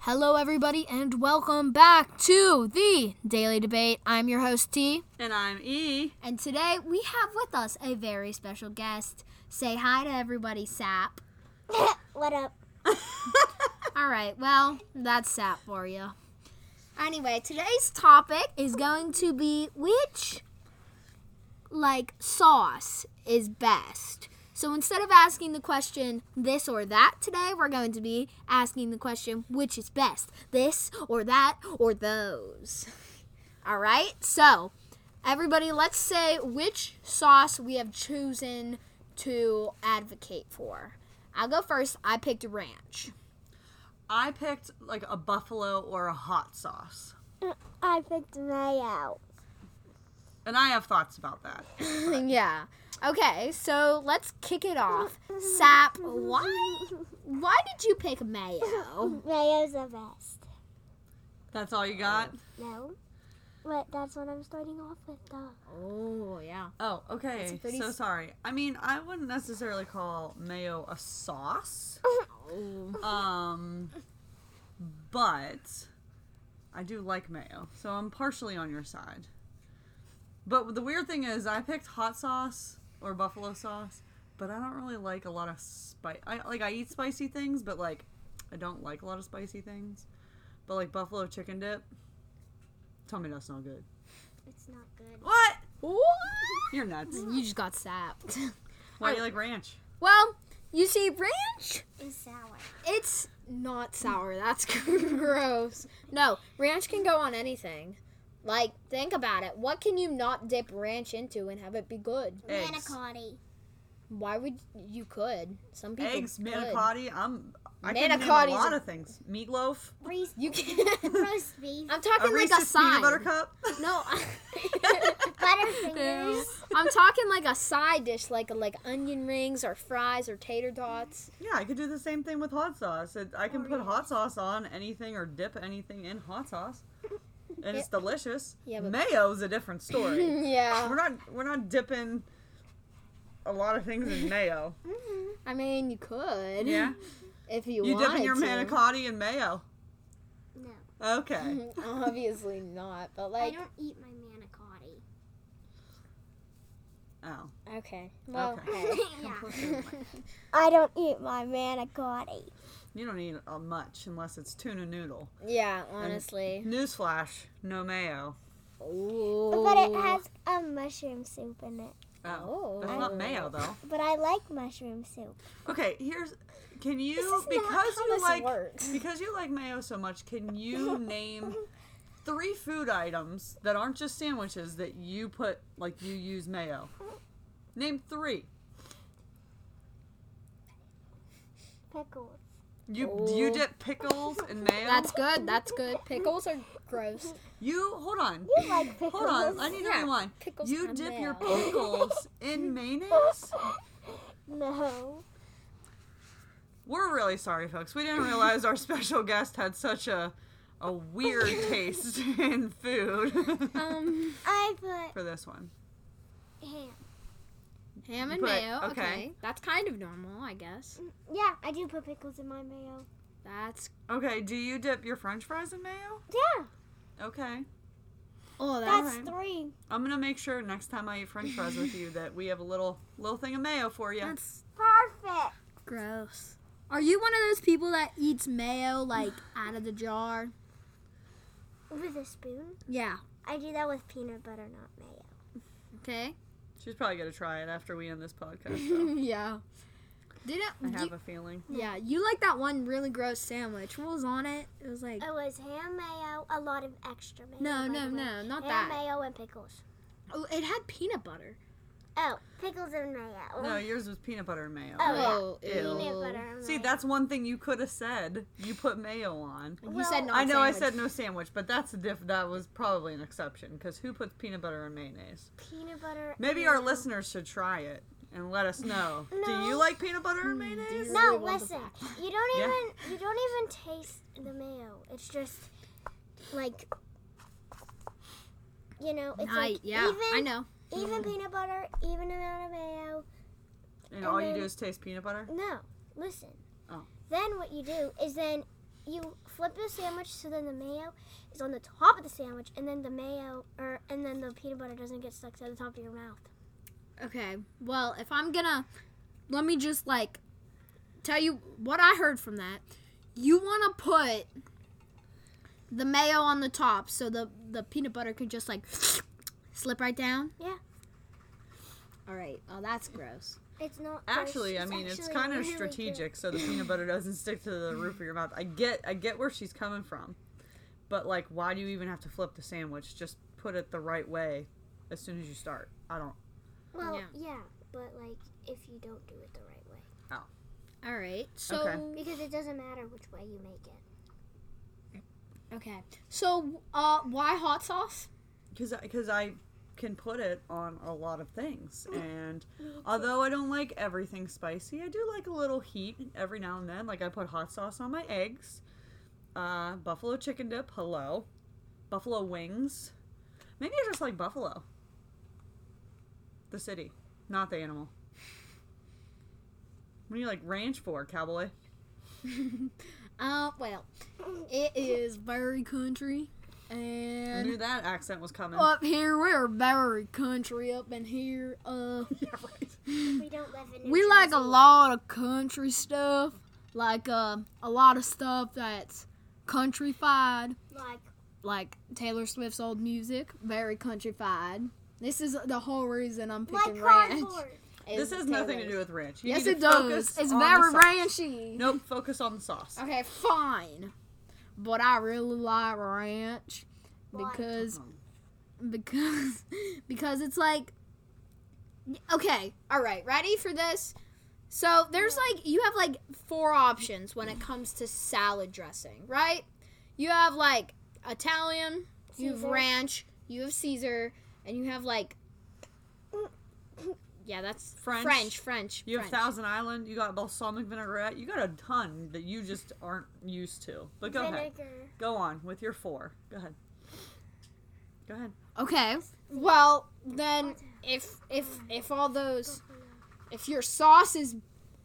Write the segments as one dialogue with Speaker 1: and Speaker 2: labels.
Speaker 1: Hello, everybody, and welcome back to the Daily Debate. I'm your host, T.
Speaker 2: And I'm E.
Speaker 3: And today we have with us a very special guest. Say hi to everybody, Sap.
Speaker 4: What up?
Speaker 3: All right, well, that's Sap for you. Anyway, today's topic is going to be which like sauce is best. So instead of asking the question this or that today, we're going to be asking the question which is best, this or that or those. All right? So, everybody, let's say which sauce we have chosen to advocate for. I'll go first. I picked ranch.
Speaker 2: I picked like a buffalo or a hot sauce.
Speaker 4: I picked mayo.
Speaker 2: And I have thoughts about that.
Speaker 3: yeah. Okay, so let's kick it off. Sap, why why did you pick mayo?
Speaker 4: Mayo's the best.
Speaker 2: That's all you got?
Speaker 4: No? But that's what I'm starting off with, though.
Speaker 3: Oh, yeah.
Speaker 2: Oh, okay.
Speaker 3: pretty
Speaker 2: So
Speaker 3: s-
Speaker 2: sorry. I mean, I wouldn't necessarily call mayo a sauce.
Speaker 3: Oh.
Speaker 2: Um but I do like mayo. So I'm partially on your side. But the weird thing is I picked hot sauce or buffalo sauce, but I don't really like a lot of spice. I like I eat spicy things, but like I don't like a lot of spicy things. But like buffalo chicken dip, tell me that's not good.
Speaker 4: It's not good.
Speaker 2: What? You're nuts.
Speaker 3: You just got sapped.
Speaker 2: Why do you like ranch?
Speaker 3: Well, you see, ranch,
Speaker 4: It's sour.
Speaker 3: it's not sour. That's gross. No, ranch can go on anything. Like, think about it. What can you not dip ranch into and have it be good?
Speaker 2: Eggs.
Speaker 3: Why would you could? Some people
Speaker 2: Eggs,
Speaker 3: could.
Speaker 2: manicotti. I'm. I can name a
Speaker 3: Manicotti's
Speaker 2: lot
Speaker 3: a-
Speaker 2: of things. Meatloaf.
Speaker 4: Reese.
Speaker 3: You can.
Speaker 4: Roast beef.
Speaker 3: I'm talking like a
Speaker 2: Reese's
Speaker 3: side.
Speaker 2: peanut butter cup.
Speaker 3: No.
Speaker 4: Butterfingers.
Speaker 3: I'm talking like a side dish, like like onion rings or fries or tater tots.
Speaker 2: Yeah, I could do the same thing with hot sauce. It, I
Speaker 3: Oh,
Speaker 2: can put hot sauce on anything or dip anything in hot sauce, and it's delicious.
Speaker 3: Yeah, but-
Speaker 2: Mayo's a different story.
Speaker 3: Yeah.
Speaker 2: we're not we're not dipping a lot of things in mayo.
Speaker 4: Mm-hmm.
Speaker 3: I mean, you could.
Speaker 2: Yeah,
Speaker 3: If you,
Speaker 2: you
Speaker 3: wanted
Speaker 2: dipping your
Speaker 3: to.
Speaker 2: manicotti in mayo.
Speaker 4: No.
Speaker 2: Okay.
Speaker 3: Obviously not, but
Speaker 4: I
Speaker 3: like
Speaker 4: don't eat my manicotti.
Speaker 3: Mm-hmm.
Speaker 2: Oh.
Speaker 3: okay. Well,
Speaker 2: Okay.
Speaker 3: hey.
Speaker 2: completely.
Speaker 4: I don't eat my manicotti.
Speaker 2: You don't eat uh, much unless it's tuna noodle.
Speaker 3: yeah, honestly.
Speaker 2: Newsflash: no mayo.
Speaker 3: Ooh.
Speaker 4: But it has a mushroom soup in it.
Speaker 2: Oh, that's
Speaker 3: Oh.
Speaker 2: not mayo though.
Speaker 4: But I like mushroom soup.
Speaker 2: Okay, here's. Can you
Speaker 3: This is not
Speaker 2: because
Speaker 3: how
Speaker 2: you
Speaker 3: this
Speaker 2: like
Speaker 3: works.
Speaker 2: because you like mayo so much? Can you name three food items that aren't just sandwiches that you put like you use mayo? Name three.
Speaker 4: Pickles.
Speaker 2: You you
Speaker 3: Oh.
Speaker 2: dip pickles in mayo.
Speaker 3: That's good. That's good. Pickles are gross.
Speaker 2: you. Hold on.
Speaker 4: I like pickles.
Speaker 2: Hold on. I need to
Speaker 3: Yeah,
Speaker 2: rewind.
Speaker 3: pickles
Speaker 2: You
Speaker 3: and
Speaker 2: dip your
Speaker 3: mayo.
Speaker 2: pickles in mayonnaise.
Speaker 4: No.
Speaker 2: We're really sorry, folks. We didn't realize our special guest had such a a weird taste in food
Speaker 3: Um,
Speaker 4: I put
Speaker 2: for this one.
Speaker 4: ham.
Speaker 3: ham and
Speaker 2: But,
Speaker 3: mayo.
Speaker 2: okay.
Speaker 3: Okay. that's kind of normal, I guess.
Speaker 4: Mm, Yeah, I do put pickles in my mayo.
Speaker 3: That's
Speaker 2: Okay, do you dip your french fries in mayo?
Speaker 4: Yeah,
Speaker 2: Okay.
Speaker 3: oh, that's
Speaker 4: that's three.
Speaker 2: I'm going to make sure next time I eat french fries with you that we have a little little thing of mayo for you.
Speaker 3: that's
Speaker 4: Perfect.
Speaker 3: gross. Are you one of those people that eats mayo like out of the jar?
Speaker 4: With a spoon?
Speaker 3: Yeah.
Speaker 4: I do that with peanut butter, not mayo.
Speaker 3: Okay.
Speaker 2: She's probably going to try it after we end this podcast. though.
Speaker 3: yeah. Did
Speaker 2: I
Speaker 3: it?
Speaker 2: have
Speaker 3: You,
Speaker 2: a feeling.
Speaker 3: yeah, you like that one really gross sandwich. What was on it? It was like
Speaker 4: It was ham mayo, a lot of extra mayo.
Speaker 3: No,
Speaker 4: by
Speaker 3: no,
Speaker 4: the way.
Speaker 3: no, not that.
Speaker 4: ham mayo and pickles.
Speaker 3: oh, it had peanut butter.
Speaker 4: Oh, pickles and mayo.
Speaker 2: No, yours was peanut butter and mayo.
Speaker 4: Oh,
Speaker 2: right?
Speaker 3: yeah.
Speaker 2: Ew.
Speaker 4: peanut butter. And
Speaker 2: See,
Speaker 4: mayo.
Speaker 2: that's one thing you could have said. You put mayo on.
Speaker 3: You said
Speaker 4: Well,
Speaker 3: not
Speaker 2: I know I
Speaker 3: sandwich.
Speaker 2: said no sandwich, but that's a diff that was probably an exception cuz who puts peanut butter in mayonnaise?
Speaker 4: peanut butter.
Speaker 2: Maybe
Speaker 4: and
Speaker 2: our
Speaker 4: mayo.
Speaker 2: listeners should try it and let us know. Do
Speaker 4: No.
Speaker 2: you like peanut butter and mayonnaise?
Speaker 4: No,
Speaker 3: really want the
Speaker 4: listen.
Speaker 3: black
Speaker 4: You don't
Speaker 2: Yeah.
Speaker 4: even you don't even taste the mayo. It's just like you know, it's
Speaker 3: I,
Speaker 4: like
Speaker 3: yeah,
Speaker 4: even
Speaker 3: I know.
Speaker 4: even peanut butter, even amount of mayo.
Speaker 2: And all you
Speaker 4: then-
Speaker 2: do is taste peanut butter?
Speaker 4: No, listen.
Speaker 2: Oh.
Speaker 4: Then what you do is then you flip the sandwich so then the mayo is on the top of the sandwich, and then the mayo or and then the peanut butter doesn't get stuck to the top of your mouth.
Speaker 3: Okay. Well, if I'm gonna, let me just like tell you what I heard from that. You want to put the mayo on the top so the the peanut butter could just like slip right down.
Speaker 4: Yeah.
Speaker 3: All right. Oh, that's gross.
Speaker 4: It's not gross,
Speaker 2: Actually, I mean, it's
Speaker 4: actually
Speaker 2: kind of
Speaker 4: really good.
Speaker 2: strategic, so the peanut butter doesn't stick to the roof of your mouth. I get, I get where she's coming from, but like, why do you even have to flip the sandwich? Just put it the right way as soon as you start. I don't.
Speaker 4: Well,
Speaker 3: Yeah.
Speaker 4: yeah. but like if you don't do it the right way,
Speaker 3: All right. So
Speaker 2: Okay.
Speaker 4: because it doesn't matter which way you make it.
Speaker 3: okay. So uh, why hot sauce?
Speaker 2: because because I can put it on a lot of things,
Speaker 3: Mm.
Speaker 2: and although I don't like everything spicy, I do like a little heat every now and then. Like I put hot sauce on my eggs, uh, buffalo chicken dip, hello, buffalo wings. Maybe I just like buffalo, the city, not the animal. What do you like ranch for, cowboy?
Speaker 3: Uh, well, it is very country,
Speaker 2: I
Speaker 3: and
Speaker 2: knew that accent was coming.
Speaker 3: up here we're very country up in here. Uh.
Speaker 2: yeah, right.
Speaker 4: We don't live in. New
Speaker 3: we like a
Speaker 4: Jersey.
Speaker 3: lot of country stuff, like uh, a lot of stuff that's countryfied,
Speaker 4: Like
Speaker 3: like Taylor Swift's old music, very countryfied. This is the whole reason I'm
Speaker 4: like
Speaker 3: picking ranch.
Speaker 4: cardboard.
Speaker 2: This has nothing to do with ranch. You
Speaker 3: Yes,
Speaker 2: need
Speaker 3: it
Speaker 2: to focus
Speaker 3: does. It's
Speaker 2: on the
Speaker 3: very
Speaker 2: sauce.
Speaker 3: ranchy.
Speaker 2: Nope, focus on the sauce.
Speaker 3: Okay, fine, but I really like ranch
Speaker 4: Why?
Speaker 3: because because because it's like okay all right ready for this so there's like you have like four options when it comes to salad dressing right you have like italian you have
Speaker 4: Caesar.
Speaker 3: ranch you have caesar and you have like yeah that's
Speaker 2: French.
Speaker 3: french french
Speaker 2: You have
Speaker 3: French.
Speaker 2: Thousand Island. You got balsamic vinaigrette. You got a ton that you just aren't used to. But go ahead.
Speaker 4: Vinegar.
Speaker 2: Go on with your four. Go ahead. Go ahead.
Speaker 3: okay well then if if if all those if your sauce is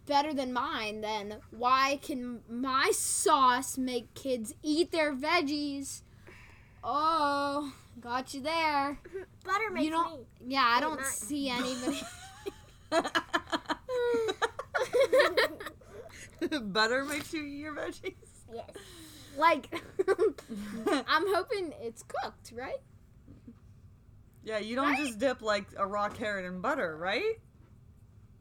Speaker 3: better than mine, then why can my sauce make kids eat their veggies? Oh, got you there.
Speaker 4: Butter makes
Speaker 3: you don't.
Speaker 4: me.
Speaker 3: Yeah, I don't
Speaker 4: mine.
Speaker 3: see anybody.
Speaker 2: Butter makes you eat your veggies.
Speaker 4: Yes.
Speaker 3: like, I'm hoping it's cooked, right?
Speaker 2: Yeah, you don't just dip like a raw carrot in butter, right?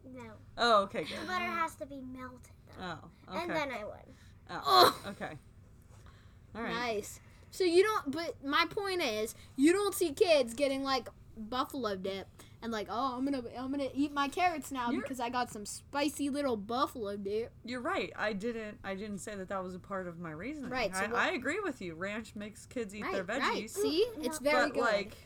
Speaker 4: No.
Speaker 2: Oh, okay,
Speaker 4: The
Speaker 2: good.
Speaker 4: butter has to be melted. Though.
Speaker 2: Oh, okay.
Speaker 4: And then I won.
Speaker 2: oh, okay. All right.
Speaker 3: Nice. So you don't. But my point is, you don't see kids getting like buffalo dip and like, oh, I'm gonna, I'm gonna eat my carrots now
Speaker 2: You're-
Speaker 3: because I got some spicy little buffalo dip.
Speaker 2: You're right. I didn't. I didn't say that that was a part of my reasoning.
Speaker 3: Right, so
Speaker 2: I,
Speaker 3: what-
Speaker 2: I agree with you. Ranch makes kids eat their
Speaker 3: Right,
Speaker 2: veggies.
Speaker 3: right. See, it's very
Speaker 2: but
Speaker 3: good.
Speaker 2: like,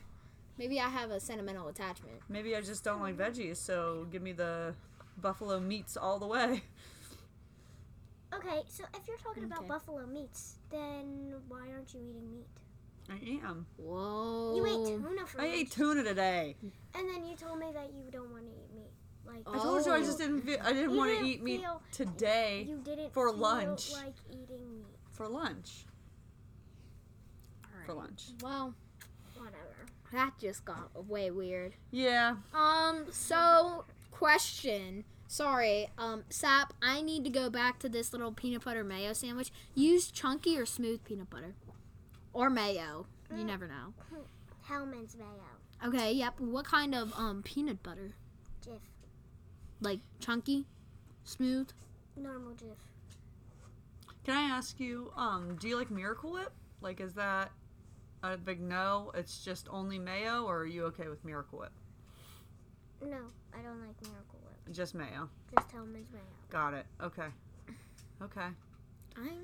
Speaker 3: Maybe I have a sentimental attachment.
Speaker 2: maybe I just don't like veggies. So give me the buffalo meats all the way.
Speaker 4: Okay, so if you're talking about
Speaker 3: Okay.
Speaker 4: buffalo meats, then why aren't you eating meat?
Speaker 2: I am.
Speaker 3: Whoa.
Speaker 4: You ate tuna for
Speaker 2: Oh. I
Speaker 4: lunch,
Speaker 2: ate tuna today.
Speaker 4: and then you told me that you don't want to eat meat. Like
Speaker 2: I told you I
Speaker 3: Oh.
Speaker 2: just didn't. Feel, I didn't
Speaker 4: You
Speaker 2: want to
Speaker 4: didn't
Speaker 2: eat meat
Speaker 4: feel-
Speaker 2: today
Speaker 4: you didn't
Speaker 2: for
Speaker 4: feel
Speaker 2: lunch.
Speaker 4: like eating meat.
Speaker 2: for lunch. For
Speaker 3: Alright.
Speaker 2: lunch.
Speaker 3: Well,
Speaker 4: Whatever.
Speaker 3: that just got way weird.
Speaker 2: Yeah.
Speaker 3: Um. So, question. Sorry. Um. Sap. I need to go back to this little peanut butter mayo sandwich. Use chunky or smooth peanut butter, or mayo. You never know.
Speaker 4: Hellman's mayo.
Speaker 3: Okay. Yep. What kind of um peanut butter?
Speaker 4: Jif.
Speaker 3: Like chunky, smooth.
Speaker 4: Normal Jif.
Speaker 2: Can I ask you? Um, do you like Miracle Whip? Like, is that a big no? It's just only mayo, or are you okay with Miracle Whip?
Speaker 4: No, I don't like Miracle Whip.
Speaker 2: Just mayo.
Speaker 4: Just Hellman's mayo.
Speaker 2: Got it. Okay. Okay.
Speaker 3: I'm.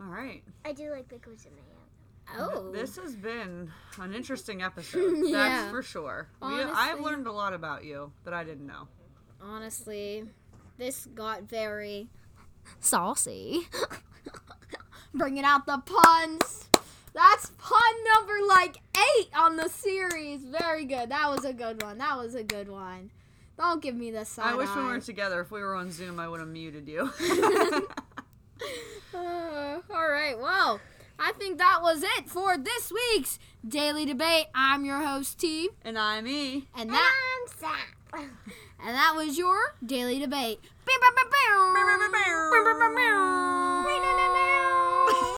Speaker 2: All right.
Speaker 4: I do like pickles and mayo.
Speaker 3: Oh.
Speaker 2: This has been an interesting episode.
Speaker 3: Yeah.
Speaker 2: That's for sure. We, I've
Speaker 3: Honestly.
Speaker 2: learned a lot about you that I didn't know.
Speaker 3: honestly, this got very saucy. Bringing out the puns. That's pun number like eight on the series. Very good. That was a good one. That was a good one. Don't give me the side
Speaker 2: I wish we
Speaker 3: eye.
Speaker 2: weren't together. If we were on Zoom, I would have muted you.
Speaker 3: Uh, all right, well, I think that was it for this week's Daily Debate. I'm your host, T.
Speaker 2: And I'm E.
Speaker 3: And that
Speaker 4: I'm Zach.
Speaker 3: and that was your Daily Debate. Bam, bam, bam, bam.